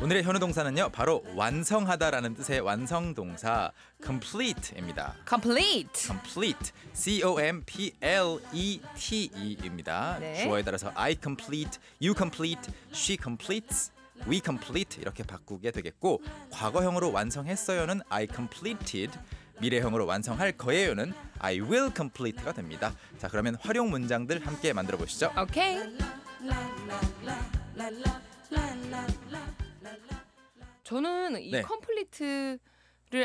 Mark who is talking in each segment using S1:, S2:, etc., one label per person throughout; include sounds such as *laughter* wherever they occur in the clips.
S1: 오늘의 현우 동사는요 바로 완성하다라는 뜻의 완성 동사 complete입니다.
S2: complete.
S1: complete, c o m p l e t e입니다.
S2: 네.
S1: 주어에 따라서 I complete, you complete, she completes, we complete 이렇게 바꾸게 되겠고 과거형으로 완성했어요는 I completed, 미래형으로 완성할 거예요는 I will complete가 됩니다. 자 그러면 활용 문장들 함께 만들어 보시죠.
S2: 오케이. 저는 이
S1: 네.
S2: 컴플리트를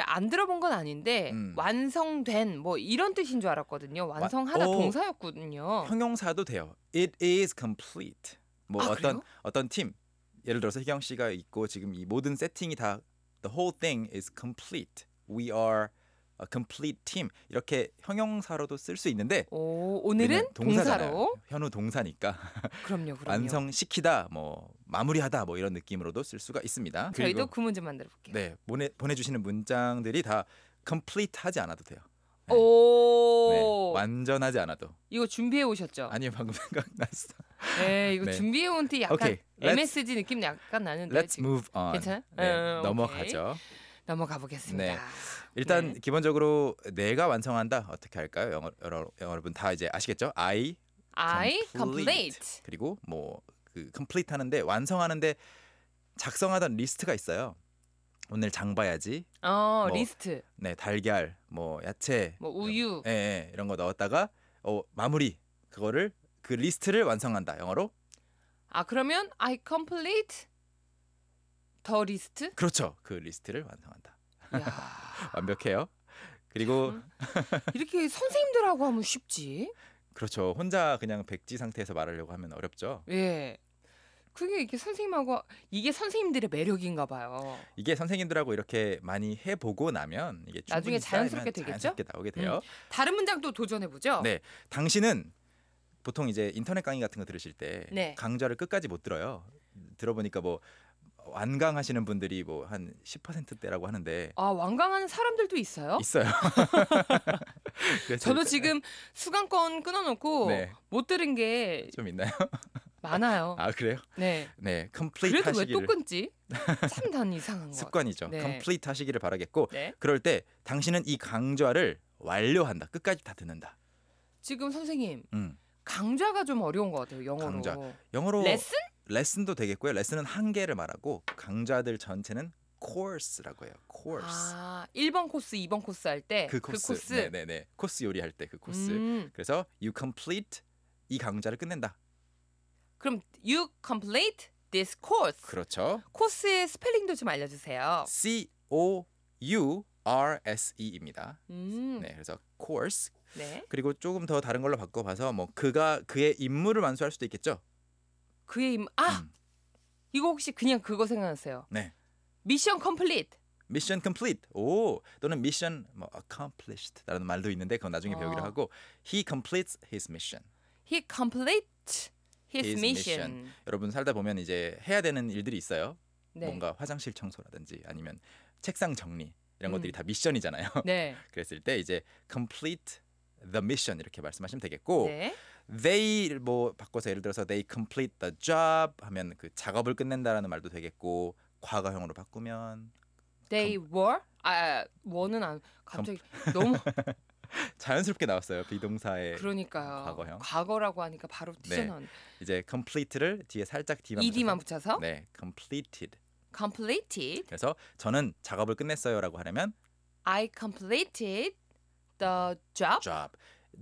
S2: 안 들어본 건 아닌데
S1: 음.
S2: 완성된 뭐 이런 뜻인 줄 알았거든요. 완성하다
S1: 오.
S2: 동사였군요.
S1: 형용사도 돼요. It is complete. 뭐
S2: 어. 아,
S1: 어떤
S2: 그래요?
S1: 어떤 팀 예를 들어서 희경 씨가 있고 지금 이 모든 세팅이 다 the whole thing is complete. We are a complete team. 이렇게 형용사로도 쓸 수 있는데
S2: 오, 오늘은
S1: 우리는 네, 동사잖아요.
S2: 동사로.
S1: 현우 동사니까
S2: 그럼요, 그럼요.
S1: 완성시키다 뭐 마무리하다 뭐 이런 느낌으로도 쓸 수가 있습니다.
S2: 저희도
S1: 그리고
S2: 그 문제 만들어 볼게요.
S1: 네 보내 보내주시는 문장들이 다 complete 하지 않아도 돼요. 네. 네,
S2: 오,
S1: 완전하지 않아도
S2: 이거 준비해 오셨죠?
S1: 아니 방금 *laughs* 생각났어.
S2: 네, 이거
S1: 네.
S2: 준비해 온 티 약간
S1: 오케이, let's-
S2: MSG 느낌 약간 나는데
S1: Let's
S2: 지금
S1: move on.
S2: 괜찮아요?
S1: 네,
S2: 어,
S1: 넘어가죠.
S2: 넘어가 보겠습니다.
S1: 네. 일단
S2: 네.
S1: 기본적으로 내가 완성한다 어떻게 할까요? 영어, 여러, 여러분 다 이제 아시겠죠? I
S2: I
S1: complete.
S2: complete.
S1: 그리고 뭐그 complete 하는데 완성하는데 작성하던 리스트가 있어요. 오늘 장 봐야지.
S2: 어,
S1: 뭐,
S2: 리스트.
S1: 네, 달걀, 뭐 야채,
S2: 뭐 우유.
S1: 예, 예, 이런 거 넣었다가 어, 마무리 그거를 그 리스트를 완성한다 영어로
S2: 아, 그러면 I complete 더 리스트?
S1: 그렇죠 그 리스트를 완성한다
S2: 야.
S1: *laughs* 완벽해요 그리고
S2: 참. 이렇게 선생님들하고 하면 쉽지.
S1: 그렇죠 혼자 그냥 백지 상태에서 말하려고 하면 어렵죠
S2: 예. 그게 이렇게 선생님하고 이게 선생님들의 매력인가 봐요.
S1: 이게 선생님들하고 이렇게 많이 해보고 나면 이게 충분히
S2: 나중에 자연스럽게
S1: 쌓이면
S2: 되겠죠? 음.
S1: 자연스럽게 나오게 돼요.
S2: 다른 문장 또 도전해 보죠.
S1: 네. 당신은 보통 이제 인터넷 강의 같은 거 들으실 때
S2: 네.
S1: 강좌를 끝까지 못 들어요. 들어보니까 뭐 완강하시는 분들이 뭐 한 10%대라고 하는데
S2: 아, 완강하는 사람들도 있어요? *laughs*
S1: 있어요. 그래서
S2: 저도
S1: 일단-
S2: 지금 수강권 끊어놓고
S1: 네.
S2: 못 들은 게
S1: 좀 있나요?
S2: 많아요.
S1: 아 그래요?
S2: 네.
S1: 네, 컴플리트
S2: 어. 그래도 왜 또
S1: 하시기를 *laughs*
S2: 끊지? 참 난 이상한 거. 같아요.
S1: 습관이죠.
S2: 네.
S1: 컴플리트 하시기를 바라겠고
S2: 네.
S1: 그럴 때 당신은 이 강좌를 완료한다. 끝까지 다 듣는다.
S2: 지금 선생님
S1: 음.
S2: 강좌가 좀 어려운 것 같아요. 영어로.
S1: 강좌. 영어로
S2: 레슨?
S1: 레슨도 되겠고요. 레슨은 한 개를 말하고 강좌들 전체는 코스라고 해요. 코스.
S2: 아, 1번 코스, 2번 코스 할 때
S1: 그 코스. 네, 네, 네. 코스 요리할 때 그 코스.
S2: 음,
S1: 그래서 you complete 이 강좌를 끝낸다.
S2: 그럼 you complete this course.
S1: 그렇죠.
S2: 코스의 스펠링도 좀 알려주세요.
S1: C O U R S E입니다.
S2: 음,
S1: 네, 그래서 course
S2: 네.
S1: 그리고 조금 더 다른 걸로 바꿔봐서 뭐 그가 그의 임무를 완수할 수도 있겠죠.
S2: 그의 임. 아,
S1: 음.
S2: 이거 혹시 그냥 그거 생각났어요.
S1: 네.
S2: 미션 컴플리트.
S1: 미션 complete. 오 또는 미션 뭐 accomplished라는 말도 있는데 그건 나중에 배우기로
S2: 어.
S1: 하고 he completes his mission.
S2: He complete his,
S1: His
S2: mission.
S1: mission. 여러분 살다 보면 이제 해야 되는 일들이 있어요.
S2: 네.
S1: 뭔가 화장실 청소라든지 아니면 책상 정리 이런
S2: 음.
S1: 것들이 다 미션이잖아요. *laughs*
S2: 네.
S1: 그랬을 때 이제 complete the mission 이렇게 말씀하시면 되겠고
S2: 네.
S1: they 뭐 바꿔서 예를 들어서 they complete the job 하면 그 작업을 끝낸다라는 말도 되겠고 과거형으로 바꾸면 *laughs*
S2: They were. 아, were는 안. 갑자기
S1: *laughs*
S2: 너무
S1: 자연스럽게 나왔어요 비동사의
S2: 그러니까요.
S1: 네. 과거형.
S2: 라고 하니까 바로 튀어나온.
S1: 이제 complete를 뒤에 살짝 d만
S2: ed만
S1: 붙여서
S2: 붙여서
S1: 네 completed
S2: completed.
S1: 그래서 저는 작업을 끝냈어요라고 하려면
S2: I completed the job.
S1: job.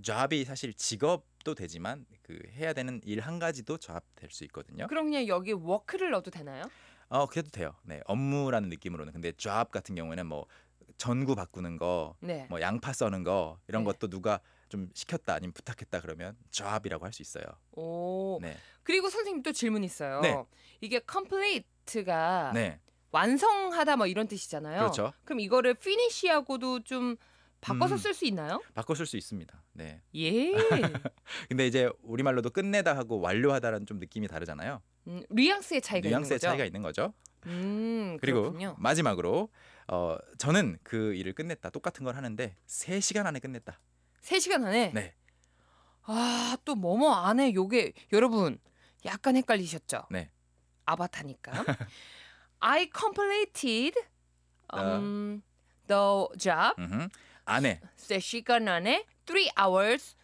S1: job이 사실 직업도 되지만 그 해야 되는 일 한 가지도 job 될 수 있거든요.
S2: 그럼 그냥 여기 work를 넣어도 되나요?
S1: 어 그래도 돼요. 네 업무라는 느낌으로는 근데 job 같은 경우에는 뭐 전구 바꾸는 거,
S2: 네.
S1: 뭐 양파 써는 거 이런
S2: 네.
S1: 것도 누가 좀 시켰다 아니면 부탁했다 그러면 job이라고 할 수 있어요.
S2: 오.
S1: 네,
S2: 그리고 선생님 또 질문 있어요.
S1: 네.
S2: 이게 complete가
S1: 네
S2: 완성하다 뭐 이런 뜻이잖아요.
S1: 그렇죠.
S2: 그럼 이거를 finish하고도 좀 바꿔서
S1: 음.
S2: 쓸
S1: *laughs*
S2: 수 있나요?
S1: 바꿔 쓸 수 있습니다. 네,
S2: 예.
S1: 근데 이제 우리 말로도 끝내다 하고 완료하다라는 좀 느낌이 다르잖아요.
S2: 음, 뉘앙스의 차이가
S1: 뉘앙스의
S2: 있는 거죠.
S1: 차이가 있는 거죠.
S2: 음,
S1: 그리고
S2: 그렇군요.
S1: 마지막으로 어, 저는 그 일을 끝냈다 똑같은 걸 하는데 3 시간 안에 끝냈다.
S2: 세시간 안에
S1: 네.
S2: 아, 또 뭐뭐 안 해. 요게 여러분 약간 헷갈리셨죠?
S1: 네. *laughs*
S2: 아바타니까. I completed
S1: 아.
S2: um, the job.
S1: 음흠. 안해
S2: 세 시간 안에 3 hours.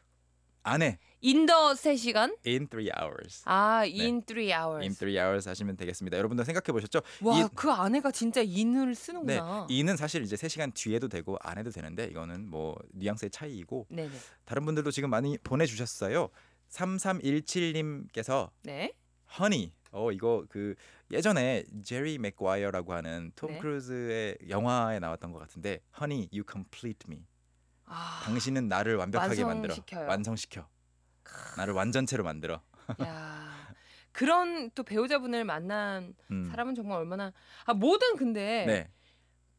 S1: 안해
S2: in the 세 시간.
S1: in three hours.
S2: 아, in three hours.
S1: 네. in three hours 하시면 되겠습니다. 여러분도 생각해 보셨죠?
S2: 와,
S1: 이-
S2: 그 아내가 진짜 in을
S1: 네,
S2: 쓰는구나.
S1: 이는 사실 이제 3시간 뒤에도 되고 안 해도 되는데 이거는 뭐 뉘앙스의 차이이고
S2: 네, 네.
S1: 다른 분들도 지금 많이 보내 주셨어요. 3317님께서
S2: 네.
S1: 허니 어 이거 그 예전에 제리 맥과이어라고 하는 톰
S2: 네.
S1: 크루즈의 영화에 나왔던 것 같은데 허니 you complete me
S2: 아,
S1: 당신은 나를 완벽하게
S2: 완성시켜요.
S1: 만들어 완성시켜 나를 완전체로 만들어
S2: 야. 그런 또 배우자분을 만난
S1: 음.
S2: 사람은 정말 얼마나 아, 뭐든 근데
S1: 네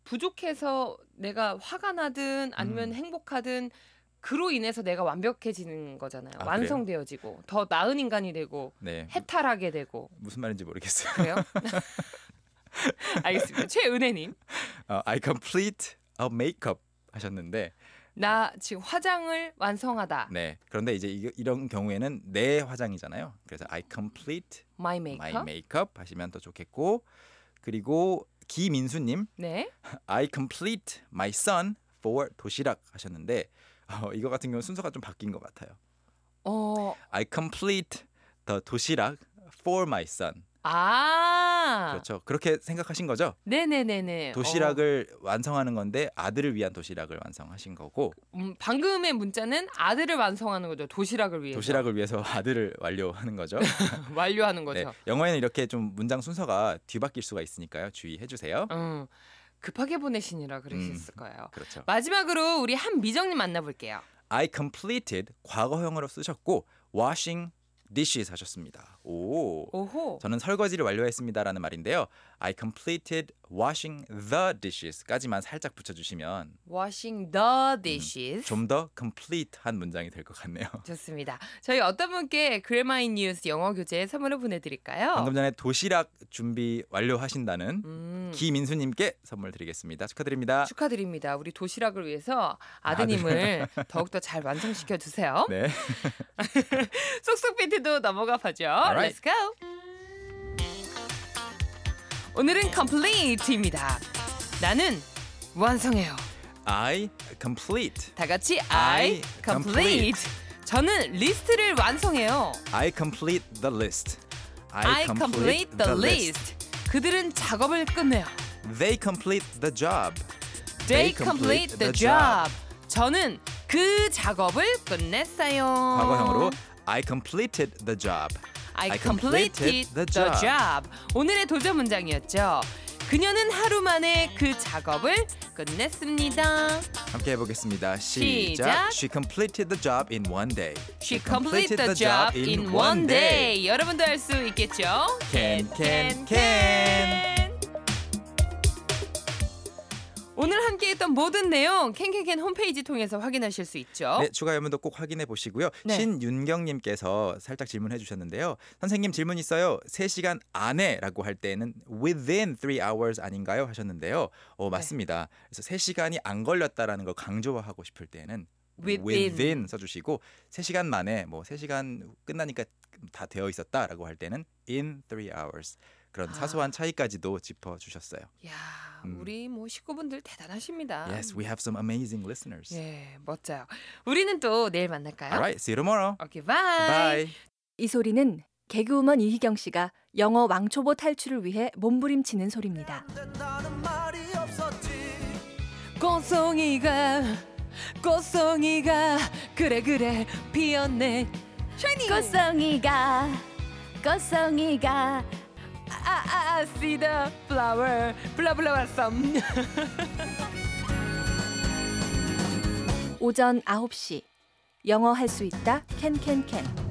S2: 부족해서 내가 화가 나든 아니면
S1: 음.
S2: 행복하든 그로 인해서 내가 완벽해지는 거잖아요.
S1: 아,
S2: 완성되어지고 더 나은 인간이 되고
S1: 네.
S2: 해탈하게 되고
S1: 무슨 말인지 모르겠어요. *laughs*
S2: 그래요. *laughs* 알겠습니다. 최은혜님,
S1: 어, I complete a makeup 하셨는데
S2: 나 지금 화장을 완성하다.
S1: 네 그런데 이제 이, 이런 경우에는 내 화장이잖아요. 그래서 I complete
S2: My makeup.
S1: my makeup 하시면 더 좋겠고 그리고 김인수님
S2: 네.
S1: I complete my son for 도시락 하셨는데 어, 이거 같은 경우 는 순서가 좀 바뀐 것 같아요.
S2: 어,
S1: I complete the 도시락 for my son.
S2: 아.
S1: 그렇죠. 그렇게 생각하신 거죠?
S2: 네네네네.
S1: 도시락을 완성하는 건데 아들을 위한 도시락을 완성하신 거고
S2: 어, 음, 방금의 문자는 아들을 완성하는 거죠. 도시락을 위해서.
S1: 도시락을 위해서 *laughs* 아들을 완료하는 거죠.
S2: *laughs* 완료하는
S1: 네,
S2: 거죠.
S1: 영어에는 이렇게 좀 문장 순서가 뒤바뀔 수가 있으니까요. 주의해 주세요.
S2: 음, 급하게 보내시니라 그러셨을
S1: 음.
S2: 거예요.
S1: 그렇죠.
S2: 마지막으로 우리 한미정님 만나볼게요.
S1: I completed 과거형으로 쓰셨고 washing dishes 하셨습니다. 오.
S2: 오호.
S1: 저는 설거지를 완료했습니다라는 말인데요. I completed washing the dishes까지만 살짝 붙여주시면
S2: washing the dishes.
S1: 음, 좀 더 complete한 문장이 될 것 같네요.
S2: 좋습니다. 저희 어떤 분께 그래마이 뉴스 영어 교재 선물을 보내드릴까요?
S1: 방금 전에 도시락 준비 완료하신다는
S2: 어. 음,
S1: 김인수님께 선물 드리겠습니다. 축하드립니다.
S2: 축하드립니다. 우리 도시락을 위해서
S1: *laughs*
S2: 아드님을 더욱더 잘 완성시켜 주세요.
S1: 네.
S2: 쏙쏙 비트도 넘어가 보죠.
S1: Alright.
S2: Let's go. 오늘은 complete입니다. 나는 완성해요.
S1: I complete.
S2: 다 같이 I
S1: I
S2: complete.
S1: complete.
S2: 저는 리스트를 완성해요.
S1: I complete the list.
S2: I complete the list. 그들은 작업을 끝내요.
S1: They complete the job.
S2: They complete the job. 저는 그 작업을 끝냈어요.
S1: 과거형으로 I completed the job.
S2: I completed the job. 오늘의 도전 문장이었죠. 그녀는 하루 만에 그 작업을 끝냈습니다.
S1: 함께 해보겠습니다. 시작.
S2: 시작.
S1: She completed the job in one day.
S2: She completed the job in one day. 여러분도 할 수 있겠죠?
S1: Can, can, can.
S2: 오늘 함께했던 모든 내용 캔캔캔 홈페이지 통해서 확인하실 수 있죠.
S1: 네, 추가 연문도 꼭 확인해 보시고요.
S2: 어? 네.
S1: 신윤경님께서 살짝 질문해 주셨는데요. 선생님 질문 있어요. 3시간 안에라고 할 때에는 within 3 hours 아닌가요? 하셨는데요.
S2: 네.
S1: 어, 맞습니다. 그래서 3시간이 안 걸렸다라는 걸 강조하고 싶을 때는
S2: Within.
S1: within, 써주시고 3시간 만에 뭐 3시간 끝나니까 다 되어 있었다라고 할 때는 in 3 hours 그런
S2: 아.
S1: 사소한 차이까지도 짚어 주셨어요.
S2: 야,
S1: 음.
S2: 우리 뭐 식구분들 대단하십니다.
S1: Yes, we have some amazing listeners.
S2: 아. 예, 멋져요. 우리는 또 내일 만날까요?
S1: All right, see you tomorrow.
S2: 오케이,
S1: Bye.
S3: 이 소리는 개그우먼 이희경 씨가 영어 왕초보 탈출을 위해 몸부림치는 소리입니다.
S2: 꽃송이가 꽃송이가 그래 그래 피었네 샤이니
S3: 꽃송이가 꽃송이가
S2: 아, 아아 아, see the flower 블라블라 썸
S3: 오전 9시 영어 할 수 있다 캔캔캔